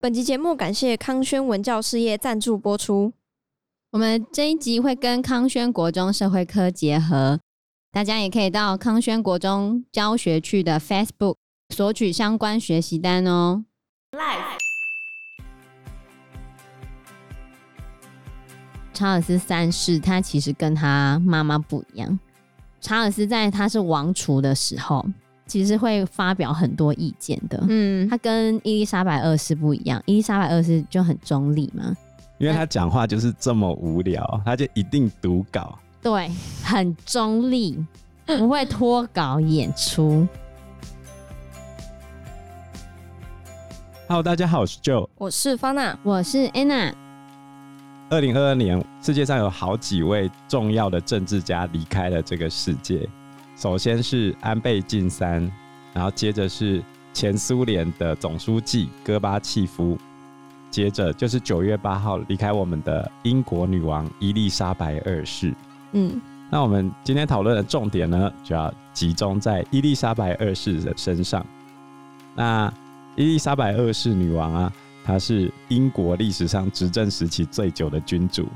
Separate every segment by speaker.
Speaker 1: 本集节目感谢康轩文教事业赞助播出。
Speaker 2: 我们这一集会跟康轩国中社会科结合，大家也可以到康轩国中教学区的 Facebook 索取相关学习单哦。查尔斯三世他其实跟他妈妈不一样，查尔斯在他是王储的时候，其实会发表很多意见的。
Speaker 1: 嗯，
Speaker 2: 他跟伊丽莎白二世不一样，伊丽莎白二世就很中立嘛，
Speaker 3: 因为他讲话就是这么无聊，他就一定读稿。
Speaker 2: 对，很中立，不会脱稿演出。
Speaker 3: Hello，大家好，我是 Joe。
Speaker 1: 我是方娜，
Speaker 2: 我是 Anna，
Speaker 3: 二零二二年，世界上有好几位重要的政治家离开了这个世界。首先是安倍晋三，然后接着是前苏联的总书记戈巴契夫，接着就是九月八号离开我们的英国女王伊丽莎白二世。
Speaker 1: 嗯，
Speaker 3: 那我们今天讨论的重点呢，就要集中在伊丽莎白二世的身上。那伊丽莎白二世女王啊，她是英国历史上执政时期最久的君主，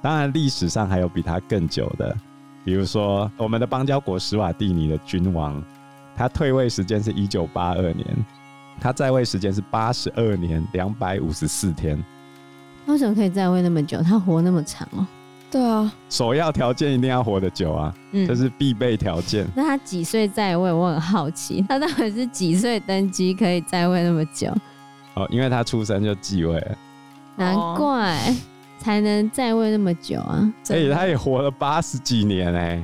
Speaker 3: 当然历史上还有比她更久的，比如说我们的邦交国史瓦蒂尼的君王，他退位时间是一九八二年，他在位时间是八十二年两百五十四天。
Speaker 2: 为什么可以在位那么久？他活那么长哦？
Speaker 1: 对啊，
Speaker 3: 首要条件一定要活得久啊，
Speaker 2: 嗯
Speaker 3: 这是必备条件。
Speaker 2: 那他几岁在位？我很好奇，他到底是几岁登基可以在位那么久？
Speaker 3: 哦，因为他出生就继位了，
Speaker 2: 难怪、才能在位那么久啊！
Speaker 3: 所以哎他也活了八十几年哎、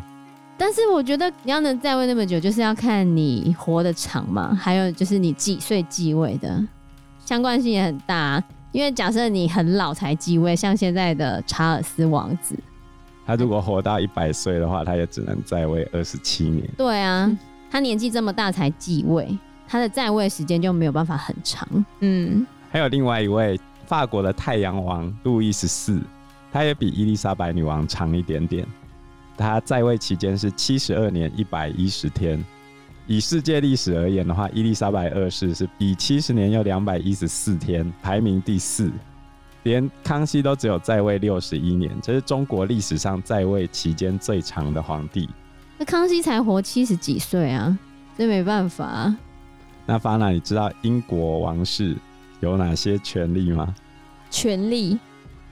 Speaker 2: 但是我觉得你要能在位那么久，就是要看你活得长嘛，还有就是你几岁继位的相关性也很大啊、因为假设你很老才继位，像现在的查尔斯王子，
Speaker 3: 他如果活到一百岁的话，他也只能在位二十七年。
Speaker 2: 对啊
Speaker 1: 嗯，
Speaker 2: 他年纪这么大才继位，他的在位时间就没有办法很长。
Speaker 1: 嗯，
Speaker 3: 还有另外一位法国的太阳王路易十四，他也比伊丽莎白女王长一点点。他在位期间是七十二年一百一十天。以世界历史而言的话，伊丽莎白二世是以七十年又两百一十四天排名第四，连康熙都只有在位六十一年，这是中国历史上在位期间最长的皇帝。
Speaker 2: 那康熙才活七十几岁啊，这没办法啊、
Speaker 3: 那法娜，你知道英国王室有哪些权利吗？
Speaker 1: 权力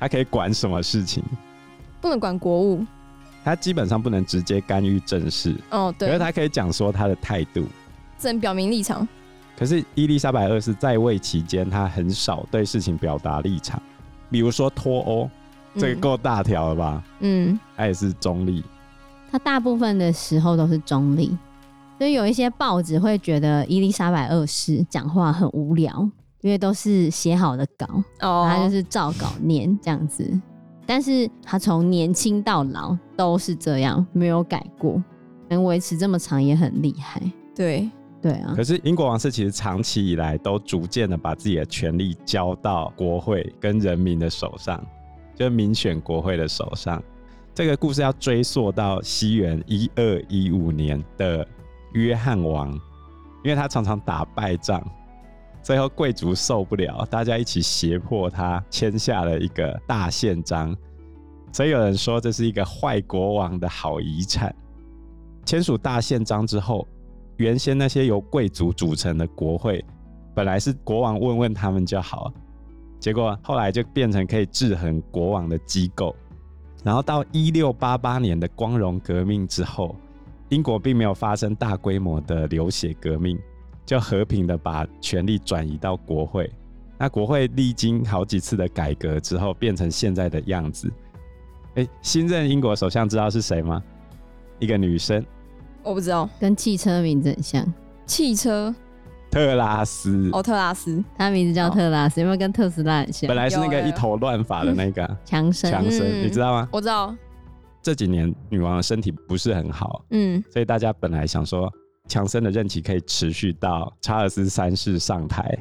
Speaker 3: 他可以管什么事情？
Speaker 1: 不能管国务，
Speaker 3: 他基本上不能直接干预政事，
Speaker 1: 哦，
Speaker 3: 可是
Speaker 1: 对，
Speaker 3: 他可以讲说他的态度。
Speaker 1: 只能表明立场，
Speaker 3: 可是伊丽莎白二世在位期间，他很少对事情表达立场，比如说脱欧，这个够大条了吧？
Speaker 1: 嗯，
Speaker 3: 他也是中立。
Speaker 2: 他大部分的时候都是中立，所以有一些报纸会觉得伊丽莎白二世讲话很无聊，因为都是写好的稿，
Speaker 1: 嗯，
Speaker 2: 他就
Speaker 1: 哦，
Speaker 2: 是照稿念这样子。但是他从年轻到老都是这样，没有改过，能维持这么长也很厉害。
Speaker 1: 对，
Speaker 2: 对啊
Speaker 3: 可，是英国王室其实长期以来都逐渐的把自己的权力交到国会跟人民的手上，就是民选国会的手上。这个故事要追溯到西元一二一五年的约翰王，因为他常常打败仗，最后贵族受不了，大家一起胁迫他签下了一个大宪章，所以有人说这是一个坏国王的好遗产。签署大宪章之后，原先那些由贵族组成的国会，本来是国王问问他们就好，结果后来就变成可以制衡国王的机构。然后到一六八八年的光荣革命之后，英国并没有发生大规模的流血革命，就和平的把权力转移到国会。那国会历经好几次的改革之后，变成现在的样子。诶，新任英国首相知道是谁吗？一个女生，
Speaker 1: 我不知道，
Speaker 2: 跟汽车名字很像，
Speaker 1: 汽车，
Speaker 3: 特拉斯。
Speaker 1: 哦，特拉斯，
Speaker 2: 他名字叫特拉斯，有没有跟特斯拉很像
Speaker 3: 本？来是那
Speaker 1: 有
Speaker 3: 个
Speaker 1: 欸
Speaker 3: 一头乱发的 那个啊
Speaker 2: 强生，
Speaker 3: 强生，
Speaker 1: 嗯
Speaker 3: 你知道吗？
Speaker 1: 我知道，
Speaker 3: 这几年女王的身体不是很好，
Speaker 1: 嗯，
Speaker 3: 所以大家本来想说强生的任期可以持续到查尔斯三世上台，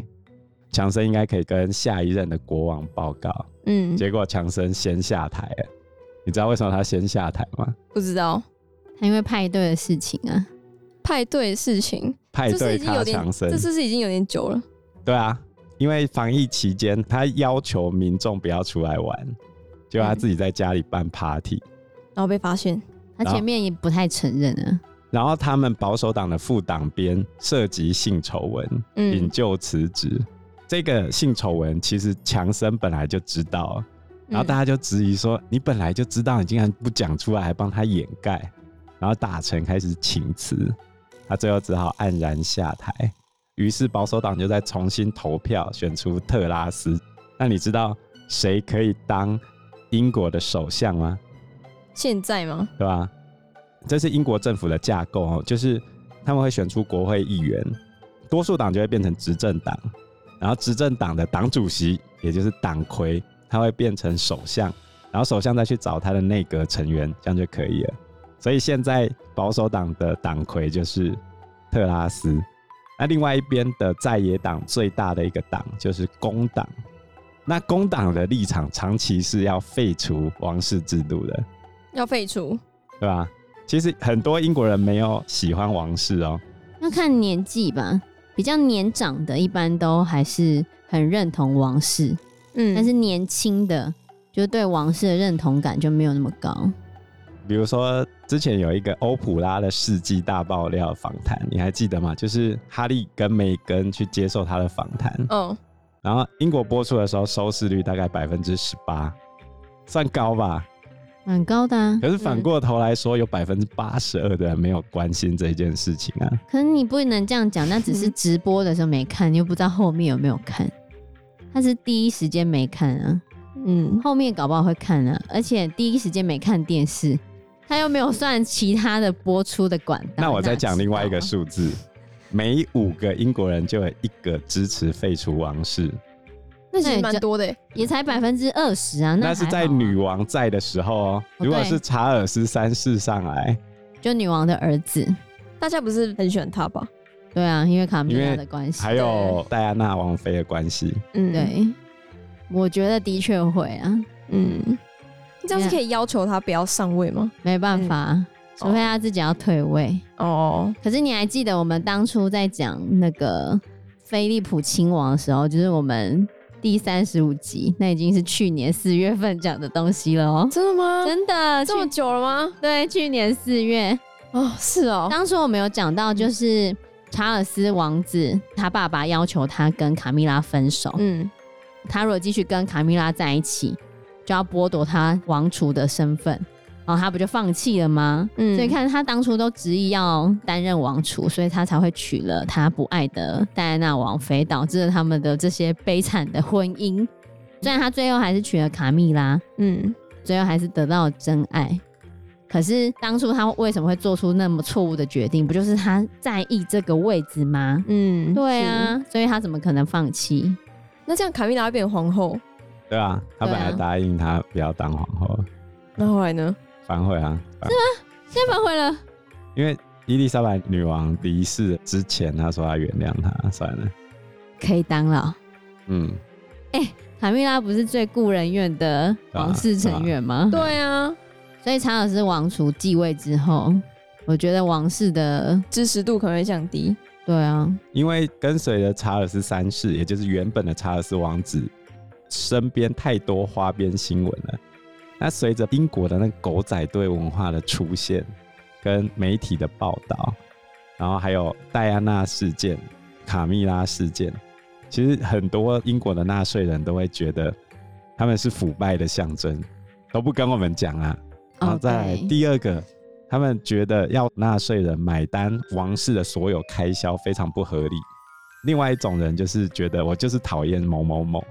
Speaker 3: 强生应该可以跟下一任的国王报告。
Speaker 1: 嗯，
Speaker 3: 结果强生先下台了，你知道为什么他先下台吗？
Speaker 1: 不知道，
Speaker 2: 他因为派对的事情啊，
Speaker 1: 派对的事情，
Speaker 3: 派
Speaker 1: 这是
Speaker 3: 对
Speaker 1: 已经
Speaker 3: 咖
Speaker 1: 有点
Speaker 3: 强，生
Speaker 1: 这，次是已经有点久了，
Speaker 3: 对啊，因为防疫期间，他要求民众不要出来玩，就他自己在家里办 party、
Speaker 1: 然后被发现，
Speaker 2: 他前面也不太承认啊。
Speaker 3: 然后他们保守党的副党鞭涉及性丑闻，引
Speaker 1: 嗯
Speaker 3: 咎辞职。这个性丑闻其实强森本来就知道了，然后
Speaker 1: 嗯
Speaker 3: 大家就质疑说：“你本来就知道，你竟然不讲出来，还帮他掩盖。”然后大臣开始请辞，他最后只好黯然下台。于是保守党就再重新投票选出特拉斯。那你知道谁可以当英国的首相吗？
Speaker 1: 现在吗？
Speaker 3: 对吧？这是英国政府的架构哦，就是他们会选出国会议员，多数党就会变成执政党，然后执政党的党主席，也就是党魁，他会变成首相，然后首相再去找他的内阁成员，这样就可以了。所以现在保守党的党魁就是特拉斯，那另外一边的在野党最大的一个党就是工党，那工党的立场长期是要废除王室制度的，
Speaker 1: 要废除？
Speaker 3: 对吧？其实很多英国人没有喜欢王室哦，
Speaker 2: 要看年纪吧，比较年长的，一般都还是很认同王室，
Speaker 1: 嗯，
Speaker 2: 但是年轻的就对王室的认同感就没有那么高。
Speaker 3: 比如说之前有一个欧普拉的世纪大爆料访谈，你还记得吗？就是哈利跟梅根去接受他的访谈，
Speaker 1: 哦，
Speaker 3: 然后英国播出的时候收视率大概百分之十八，算高吧？
Speaker 2: 蛮高的、啊，
Speaker 3: 可是反过头来说，有百分之八十二的人没有关心这件事情啊。
Speaker 2: 可是你不能这样讲，那只是直播的时候没看，又不知道后面有没有看。他是第一时间没看啊，
Speaker 1: 嗯，
Speaker 2: 后面搞不好会看啊，而且第一时间没看电视，他又没有算其他的播出的管道。
Speaker 3: 那我再讲另外一
Speaker 2: 哪
Speaker 3: 个
Speaker 2: 知道
Speaker 3: 数字，每五个英国人就有一个支持废除王室。
Speaker 1: 那
Speaker 2: 那
Speaker 1: 其
Speaker 2: 也
Speaker 1: 实
Speaker 2: 就
Speaker 1: 蛮多的欸。
Speaker 2: 啊，也才百分之二十啊，
Speaker 3: 那
Speaker 2: 还
Speaker 3: 是在
Speaker 2: 好啊
Speaker 3: 女王在的时候
Speaker 2: 哦
Speaker 3: 哦。如果
Speaker 2: 对
Speaker 3: 是查尔斯三世上来，
Speaker 2: 就女王的儿子，
Speaker 1: 大家不是很喜欢他吧？
Speaker 2: 对啊，因为卡米
Speaker 3: 因为
Speaker 2: 拉的关系，
Speaker 3: 还有戴安娜王妃的关系，
Speaker 1: 嗯，，
Speaker 2: 对，我觉得的确会啊，
Speaker 1: 嗯，你这样是可以要求他不要上位吗？
Speaker 2: 没办法，
Speaker 1: 嗯
Speaker 2: 除非他自己要退位。
Speaker 1: 哦，
Speaker 2: 可是你还记得我们当初在讲那个菲利普亲王的时候，就是我们第三十五集，那已经是去年四月份讲的东西了哦、
Speaker 1: 真的吗？
Speaker 2: 真的，
Speaker 1: 这么
Speaker 2: 去
Speaker 1: 久了吗？
Speaker 2: 对，去年四月，
Speaker 1: 哦，是哦，
Speaker 2: 当初我们有讲到，就是查尔斯王子他爸爸要求他跟卡米拉分手，
Speaker 1: 嗯
Speaker 2: 他如果继续跟卡米拉在一起，就要剥夺他王储的身份，然后他不就放弃了吗？
Speaker 1: 嗯，
Speaker 2: 所以看他当初都执意要担任王储，所以他才会娶了他不爱的戴安娜王妃，导致了他们的这些悲惨的婚姻。虽然他最后还是娶了卡蜜拉，
Speaker 1: 嗯，
Speaker 2: 最后还是得到了真爱。可是当初他为什么会做出那么错误的决定？不就是他在意这个位置吗？
Speaker 1: 嗯，
Speaker 2: 对啊，所以他怎么可能放弃？
Speaker 1: 是。那这样卡米拉会变皇后，
Speaker 3: 对吧、她本
Speaker 2: 对啊
Speaker 3: 来答应她不要当皇后，
Speaker 1: 那后来呢？
Speaker 3: 反悔啊，反
Speaker 2: 现在反悔了，
Speaker 3: 因为伊丽莎白女王离世之前，她说她原谅她，算了，
Speaker 2: 可以当了哦。
Speaker 3: 嗯，
Speaker 2: 卡蜜拉不是最顾人怨的王室成员吗？
Speaker 1: 对啊，
Speaker 2: 所以查尔斯王储继位之后，我觉得王室的
Speaker 1: 支持度可能会降低。
Speaker 2: 对啊，
Speaker 3: 因为跟随着查尔斯三世，也就是原本的查尔斯王子身边太多花边新闻了。那随着英国的那个狗仔队文化的出现，跟媒体的报道，然后还有戴安娜事件、卡蜜拉事件，其实很多英国的纳税人都会觉得他们是腐败的象征，都不跟我们讲啊。然后
Speaker 2: 哦
Speaker 3: 再来
Speaker 2: 对
Speaker 3: 第二个，他们觉得要纳税人买单王室的所有开销非常不合理。另外一种人就是觉得我就是讨厌某某某，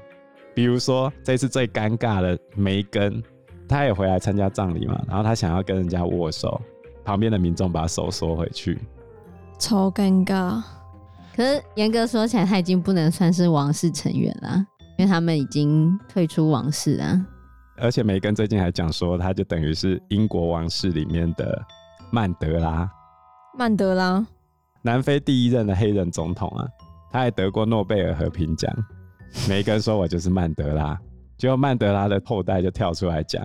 Speaker 3: 比如说这次最尴尬的梅根，她也回来参加葬礼嘛，然后她想要跟人家握手，旁边的民众把手缩回去，
Speaker 1: 超尴尬，
Speaker 2: 可是严格说起来，他已经不能算是王室成员啦，因为他们已经退出王室啊。
Speaker 3: 而且梅根最近还讲说，她就等于是英国王室里面的曼德拉，
Speaker 1: 曼德拉，
Speaker 3: 南非第一任的黑人总统啊，他还得过诺贝尔和平奖。梅根说：“我就是曼德拉。”结果曼德拉的后代就跳出来讲：“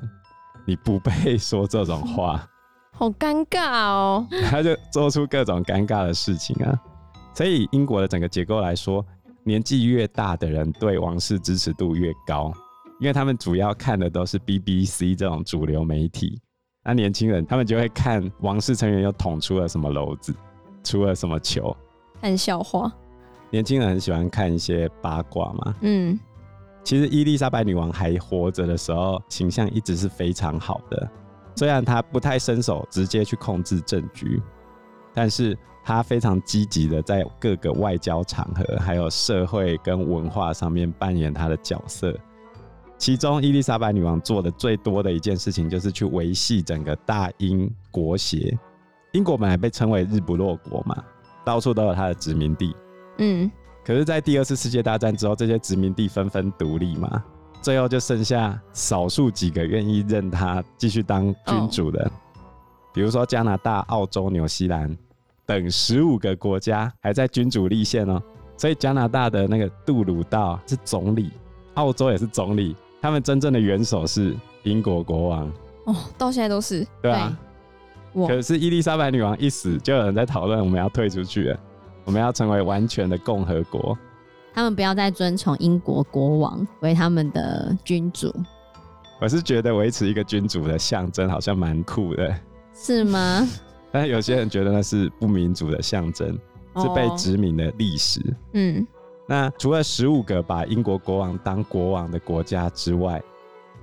Speaker 3: 你不配说这种话。”
Speaker 1: 好尴尬哦。
Speaker 3: 他就做出各种尴尬的事情啊。所以英国的整个结构来说，年纪越大的人对王室支持度越高，因为他们主要看的都是 BBC 这种主流媒体。那年轻人他们就会看王室成员又捅出了什么篓子，出了什么球。
Speaker 1: 看笑话。
Speaker 3: 年轻人很喜欢看一些八卦嘛。
Speaker 1: 嗯，
Speaker 3: 其实伊丽莎白女王还活着的时候，形象一直是非常好的。虽然她不太伸手直接去控制政局，但是她非常积极的在各个外交场合，还有社会跟文化上面扮演她的角色。其中，伊丽莎白女王做的最多的一件事情，就是去维系整个大英国协。英国本来被称为日不落国嘛，到处都有它的殖民地。
Speaker 1: 嗯，
Speaker 3: 可是，在第二次世界大战之后，这些殖民地纷纷独立嘛，最后就剩下少数几个愿意认他继续当君主的，比如说加拿大、澳洲、纽西兰等十五个国家还在君主立宪哦。所以，加拿大的那个杜鲁道是总理，澳洲也是总理，他们真正的元首是英国国王，
Speaker 1: 哦，到现在都是
Speaker 3: 对啊。
Speaker 2: 我
Speaker 3: 可是伊丽莎白女王一死，就有人在讨论我们要退出去了，我们要成为完全的共和国。
Speaker 2: 他们不要再遵从英国国王为他们的君主，
Speaker 3: 我是觉得维持一个君主的象征好像蛮酷的，
Speaker 2: 是 吗？
Speaker 3: 但是有些人觉得那是不民主的象征，是被
Speaker 1: 哦
Speaker 3: 殖民的历史。
Speaker 1: 嗯
Speaker 3: 那除了十五个把英国国王当国王的国家之外，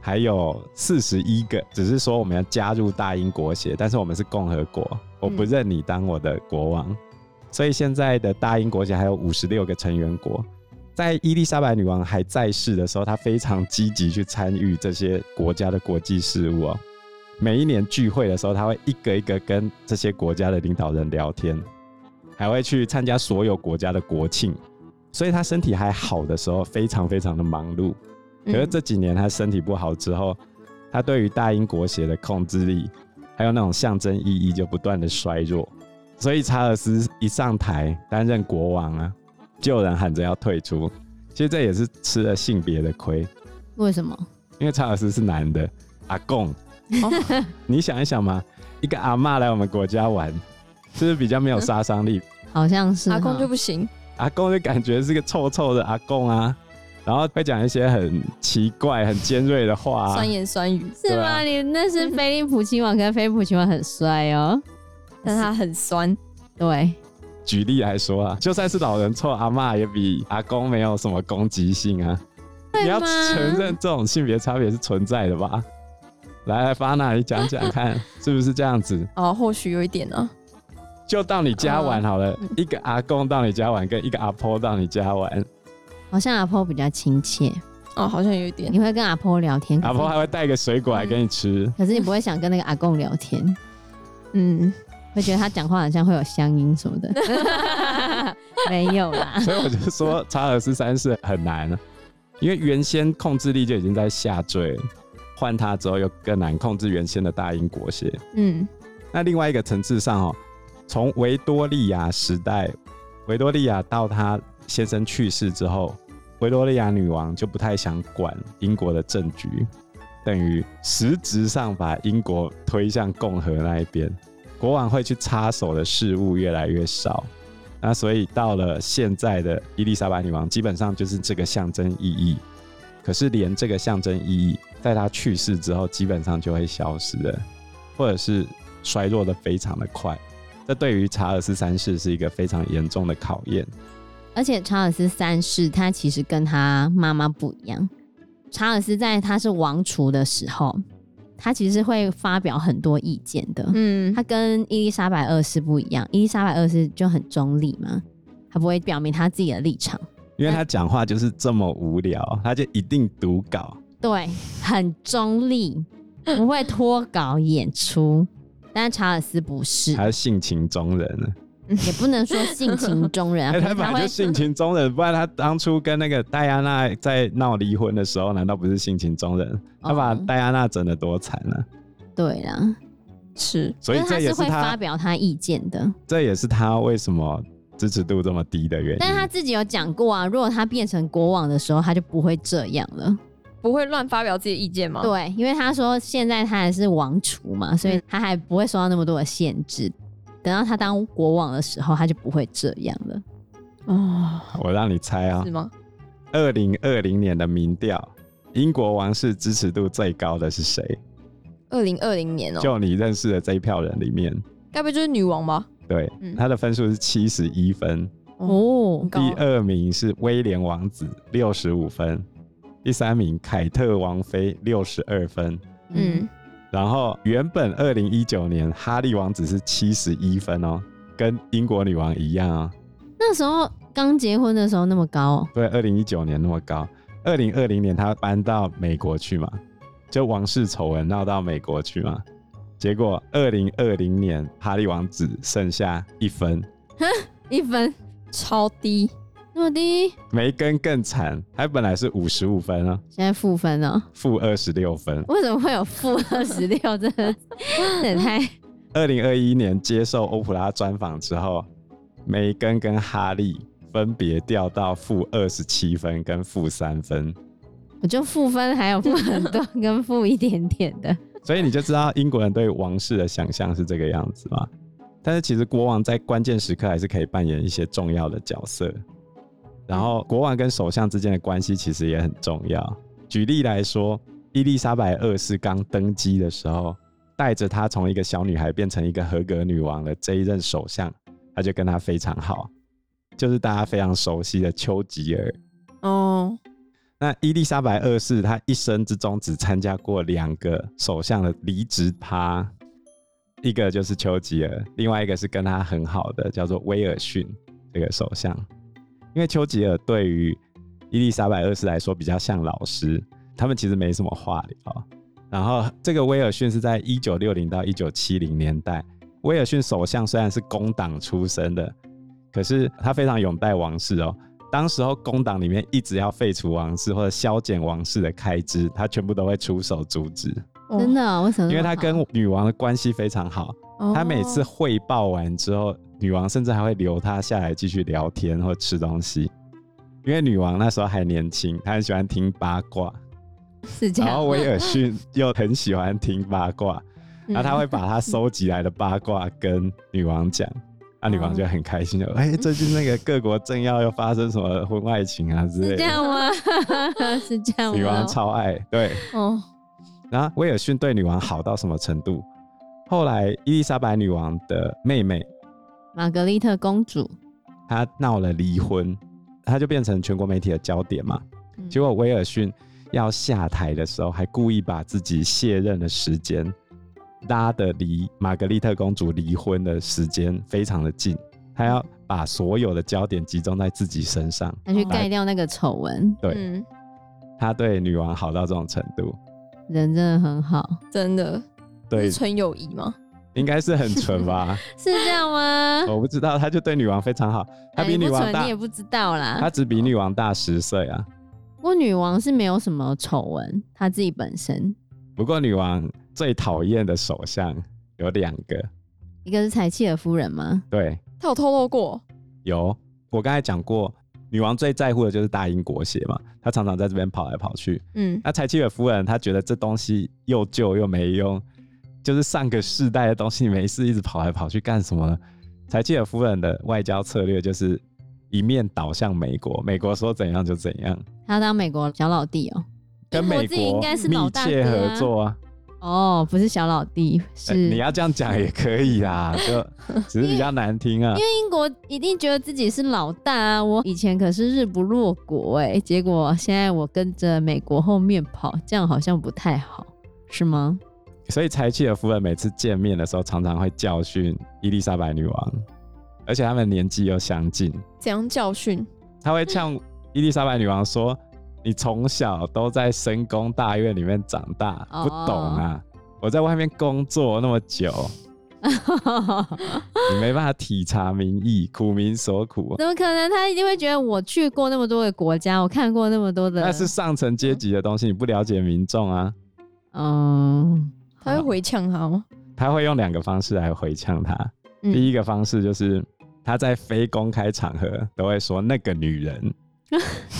Speaker 3: 还有四十一个，只是说我们要加入大英国协，但是我们是共和国，我不认你当我的国王。所以现在的大英国协还有五十六个成员国。在伊丽莎白女王还在世的时候，她非常积极去参与这些国家的国际事务哦。每一年聚会的时候，她会一个一个跟这些国家的领导人聊天，还会去参加所有国家的国庆。所以他身体还好的时候，非常非常的忙碌。可
Speaker 1: 嗯
Speaker 3: 是这几年他身体不好之后，他对于大英国协的控制力，还有那种象征意义就不断的衰弱。所以查尔斯一上台担任国王啊，就有人喊着要退出。其实这也是吃了性别的亏，
Speaker 2: 为什么？
Speaker 3: 因为查尔斯是男的，阿贡。
Speaker 1: 哦
Speaker 3: 你想一想嘛，一个阿嬷来我们国家玩，是不是比较没有杀伤力？
Speaker 2: 好像是
Speaker 1: 阿
Speaker 2: 哈
Speaker 1: 公就不行。
Speaker 3: 阿公就感觉是个臭臭的阿公啊，然后会讲一些很奇怪、很尖锐的话、啊
Speaker 1: 酸。言酸语，
Speaker 2: 是
Speaker 3: 对
Speaker 2: 吗？
Speaker 3: 啊
Speaker 2: 你那是菲利普亲王跟菲利普亲王很 帅哦。
Speaker 1: 但他很酸。
Speaker 2: 对，
Speaker 3: 举例来说啊，就算是老人臭阿嬷，也比阿公没有什么攻击性啊。你要
Speaker 2: 吗
Speaker 3: 承认这种性别差别是存在的吧？来来，发那你讲讲看，是不是这样子？
Speaker 1: 哦，或许有一点啊。
Speaker 3: 就到你家玩好了，
Speaker 1: 嗯
Speaker 3: 一个阿公到你家玩，跟一个阿婆到你家玩，
Speaker 2: 好像阿婆比较亲切，
Speaker 1: 哦，好像有一点
Speaker 2: 你。会跟阿婆聊天，可
Speaker 3: 阿
Speaker 2: 是
Speaker 3: 婆还会带个水果来给你吃。
Speaker 2: 可是你不会想跟那个阿公聊天，
Speaker 1: 嗯，
Speaker 2: 会觉得他讲话好像会有乡音什 么的。没有啦，
Speaker 3: 所以我就说查尔斯三世很难，啊因为原先控制力就已经在下坠了，换他之后又更难控制原先的大英国协。
Speaker 1: 嗯，
Speaker 3: 那另外一个层次上哦，从维多利亚时代，维多利亚到她先生去世之后，维多利亚女王就不太想管英国的政局，等于实质上把英国推向共和那一边，国王会去插手的事物越来越少。那所以到了现在的伊丽莎白女王，基本上就是这个象征意义。可是连这个象征意义，在她去世之后，基本上就会消失了，或者是衰落的非常的快。这对于查尔斯三世是一个非常严重的考验。
Speaker 2: 而且查尔斯三世他其实跟他妈妈不一样，查尔斯在他是王储的时候，他其实会发表很多意见的。
Speaker 1: 嗯，
Speaker 2: 他跟伊丽莎白二世不一样，伊丽莎白二世就很中立嘛，他不会表明他自己的立场，
Speaker 3: 因为他讲话就是这么无聊，他就一定读稿。
Speaker 2: 对，很中立，不会脱稿演出。但是查尔斯不是，
Speaker 3: 他性情中人了，
Speaker 2: 也不能说性情中人啊， 可
Speaker 3: 哎、他
Speaker 2: 是
Speaker 3: 本
Speaker 2: 他
Speaker 3: 来就
Speaker 2: 会
Speaker 3: 性情中人，不然他当初跟那个戴安娜在闹离婚的时候，难道不是性情中人？他把
Speaker 2: 哦
Speaker 3: 戴安娜整得多惨啊！
Speaker 2: 对啦，
Speaker 1: 是
Speaker 3: 所以
Speaker 2: 但
Speaker 3: 这
Speaker 2: 他
Speaker 3: 也
Speaker 2: 是
Speaker 3: 是
Speaker 2: 会发
Speaker 3: 他，
Speaker 2: 表他意见的。
Speaker 3: 这也是他为什么支持度这么低的原因。
Speaker 2: 但是他自己有讲过啊，如果他变成国王的时候，他就不会这样了。
Speaker 1: 不会乱发表自己的意见吗？，
Speaker 2: 对，因为他说现在他还是王储嘛，所以他还不会受到那么多的限制。等到他当国王的时候，他就不会这样了。
Speaker 4: 哦，
Speaker 3: 我让你猜啊、
Speaker 4: 是吗？
Speaker 3: 二零二零年的民调，英国王室支持度最高的是谁？
Speaker 4: 二零二零年哦、
Speaker 3: 就你认识的这一票人里面，
Speaker 4: 该不会就是女王吧？
Speaker 3: 对，
Speaker 4: 嗯
Speaker 3: 他的分数是七十一分，
Speaker 2: 哦
Speaker 4: 很，高啊
Speaker 3: 第二名是威廉王子六十五分，第三名凯特王妃六十二分，
Speaker 4: 嗯，
Speaker 3: 然后原本二零一九年哈利王子是七十一分哦，跟英国女王一样哦，
Speaker 2: 那时候刚结婚的时候那么高、哦，
Speaker 3: 对，二零一九年那么高，二零二零年他搬到美国去嘛，就王室丑闻闹到美国去嘛，结果二零二零年哈利王子剩下一分，
Speaker 2: 一分
Speaker 4: 超低，
Speaker 2: 那么低，
Speaker 3: 梅根更惨，他本来是五十五分啊，
Speaker 2: 现在负分了、
Speaker 3: 负二十六分。
Speaker 2: 为什么会有负二十六？这这也太……
Speaker 3: 二零二一年接受欧普拉专访之后，梅根跟哈利分别掉到负二十七分跟负三分，
Speaker 2: 我就负分还有负很多跟负一点点的，
Speaker 3: 所以你就知道英国人对王室的想象是这个样子嘛。但是其实国王在关键时刻还是可以扮演一些重要的角色，然后国王跟首相之间的关系其实也很重要。举例来说，伊丽莎白二世刚登基的时候，带着她从一个小女孩变成一个合格女王的这一任首相，他就跟她非常好，就是大家非常熟悉的丘吉尔。
Speaker 4: 哦，
Speaker 3: 那伊丽莎白二世，她一生之中只参加过两个首相的离职趴，一个就是丘吉尔，另外一个是跟他很好的叫做威尔逊这个首相。因为丘吉尔对于伊丽莎白二世来说比较像老师，他们其实没什么话聊。然后这个威尔逊是在一九六零到一九七零年代，威尔逊首相虽然是工党出身的，可是他非常拥戴王室哦。当时候工党里面一直要废除王室或者削减王室的开支，他全部都会出手阻止，
Speaker 4: 哦
Speaker 2: 真、的、哦，为什么那么好？
Speaker 3: 因为他跟女王的关系非常好。
Speaker 4: 哦
Speaker 3: 他每次汇报完之后，女王甚至还会留他下来继续聊天或吃东西，因为女王那时候还年轻，她很喜欢听八卦，
Speaker 2: 是这
Speaker 3: 然
Speaker 2: 样
Speaker 3: 后，威尔逊又很喜欢听八卦，然后他会把他收集来的八卦跟女王讲，那、女王就很开心，就哎、最近那个各国政要又发生什么婚外情啊之类
Speaker 2: 是这
Speaker 3: 的，
Speaker 2: 样吗？ 是这样吗？
Speaker 3: 女王超爱对。
Speaker 4: 哦，
Speaker 3: 然后威尔逊对女王好到什么程度？后来伊丽莎白女王的妹妹
Speaker 2: 玛格丽特公主，
Speaker 3: 她闹了离婚，她就变成全国媒体的焦点嘛。
Speaker 4: 嗯
Speaker 3: 结果威尔逊要下台的时候，还故意把自己卸任的时间拉得离玛格丽特公主离婚的时间非常的近，他要把所有的焦点集中在自己身上。
Speaker 2: 她去盖掉那个丑闻，
Speaker 3: 对
Speaker 4: 嗯，
Speaker 3: 他对女王好到这种程度，
Speaker 2: 人真的很 好，
Speaker 4: 真的，
Speaker 3: 对
Speaker 1: 嗯
Speaker 4: 是，纯友谊吗？
Speaker 3: 应该是很蠢吧？
Speaker 2: 是这样吗？
Speaker 3: 我不知道，他就对女王非常好，他
Speaker 2: 哎
Speaker 3: 比
Speaker 2: 你
Speaker 3: 女
Speaker 2: 不
Speaker 3: 王
Speaker 2: 蠢
Speaker 3: 大
Speaker 2: 你也，不知道啦
Speaker 3: 他。只比女王大十岁啊。
Speaker 2: 不过女王是没有什么丑闻，她自己本身，
Speaker 3: 不过女王最讨厌的首相有两个，
Speaker 2: 一个是柴契尔夫人吗？
Speaker 3: 对，
Speaker 4: 他有透露过，
Speaker 3: 有，我刚才讲过，女王最在乎的就是大英国协嘛，她常常在这边跑来跑去。
Speaker 4: 嗯，
Speaker 3: 那柴契尔夫人她觉得这东西又旧又没用，就是上个世代的东西，你没事一直跑来跑去干什么呢？柴契尔夫人的外交策略就是一面倒向美国，美国说怎样就怎样，
Speaker 2: 她当美国小老弟哦、
Speaker 3: 跟
Speaker 2: 英国
Speaker 3: 美
Speaker 2: 自己应
Speaker 3: 国
Speaker 2: 该是
Speaker 3: 密
Speaker 2: 老大
Speaker 3: 切
Speaker 2: 哥
Speaker 3: 合
Speaker 2: 啊
Speaker 3: 作啊。
Speaker 2: 哦，不是小老弟，是、
Speaker 3: 哎你要这样讲也可以 啦，就只是比较难听啊。
Speaker 2: 英国一定觉得自己是老大啊！我以前可是日不落国哎、结果现在我跟着美国后面跑，这样好像不太好，是吗？
Speaker 3: 所以柴契尔夫人每次见面的时候，常常会教训伊丽莎白女王，而且他们年纪又相近，
Speaker 4: 怎样教训？
Speaker 3: 他会呛伊丽莎白女王说：“你从小都在深宫大院里面长大，
Speaker 2: 哦
Speaker 3: 不懂啊！我在外面工作那么久， 你没办法体察民意，苦民所苦。”啊
Speaker 2: 怎么可能？他一定会觉得我去过那么多的国家，我看过那么多的，
Speaker 3: 那是上层阶级的东西，你不了解民众啊。
Speaker 2: 嗯，
Speaker 4: 他会回呛他吗？
Speaker 3: 他会用两个方式来回呛他。
Speaker 4: 嗯
Speaker 3: 第一个方式就是他在非公开场合都会说那个女人，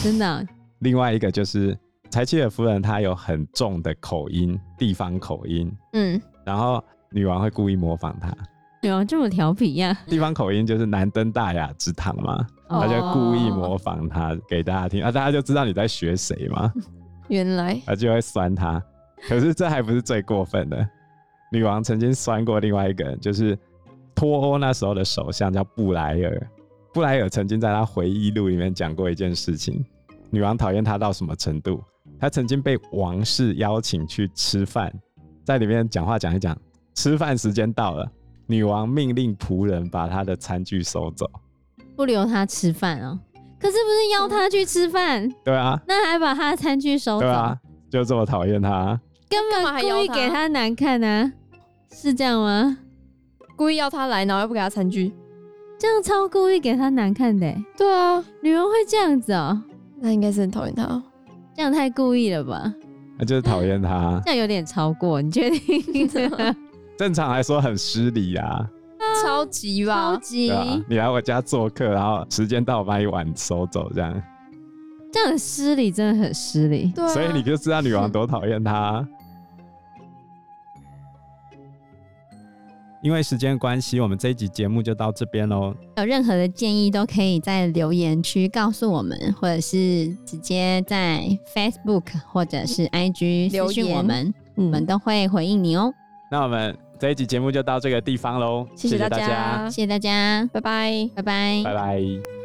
Speaker 2: 真的啊、
Speaker 3: 另外一个就是柴契尔夫人她有很重的口音，地方口音，
Speaker 4: 嗯，
Speaker 3: 然后女王会故意模仿她。
Speaker 2: 有这么调皮啊呀、
Speaker 3: 地方口音就是南登大雅之堂嘛，他就
Speaker 2: 哦
Speaker 3: 故意模仿他给大家听啊，大家就知道你在学谁嘛，
Speaker 4: 原来
Speaker 3: 他啊就会酸他。可是这还不是最过分的，女王曾经酸过另外一个人，就是脱欧那时候的首相叫布莱尔。布莱尔曾经在他回忆录里面讲过一件事情，女王讨厌他到什么程度？他曾经被王室邀请去吃饭，在里面讲话讲一讲，吃饭时间到了，女王命令仆人把他的餐具收走。
Speaker 2: 不留他吃饭哦。可是不是邀他去吃饭，
Speaker 3: 对啊，
Speaker 2: 那还把他的餐具收走，
Speaker 3: 对啊，就这么讨厌他。啊
Speaker 2: 根
Speaker 4: 干嘛还
Speaker 2: 本故
Speaker 4: 邀
Speaker 2: 意
Speaker 4: 他
Speaker 2: 给他难看啊，是这样吗？
Speaker 4: 故意要他来，然后又不给他餐具。
Speaker 2: 这样超故意给他难看的欸，
Speaker 4: 对啊，
Speaker 2: 女人会这样子哦、
Speaker 4: 那应该是很讨厌他。
Speaker 2: 这样太故意了吧？
Speaker 3: 那就是讨
Speaker 2: ，
Speaker 3: 厌他
Speaker 2: 这样有点超过，你确 定？
Speaker 3: 啊正常来说很失礼啊，
Speaker 4: 超级
Speaker 2: 超
Speaker 4: 吧，
Speaker 2: 级、
Speaker 3: 对啊，你来我家做客，然后时间到我把你碗收走，这样，
Speaker 2: 这样很失礼，真的很失礼。
Speaker 4: 对啊，
Speaker 3: 所以你就知道女王多讨厌他。因为时间关系，我们这一集节目就到这边喽。
Speaker 2: 有任何的建议都可以在留言区告诉我们，或者是直接在 Facebook 或者是 IG
Speaker 4: 嗯留
Speaker 2: 私
Speaker 4: 言
Speaker 2: 讯我们，我们
Speaker 4: 嗯，
Speaker 2: 都会回应你哦。
Speaker 3: 那我们这一集节目就到这个地方喽，
Speaker 4: 谢谢大
Speaker 3: 大家，
Speaker 4: 家，
Speaker 2: 谢谢大家，
Speaker 4: 拜拜。
Speaker 2: 拜拜
Speaker 3: 拜拜。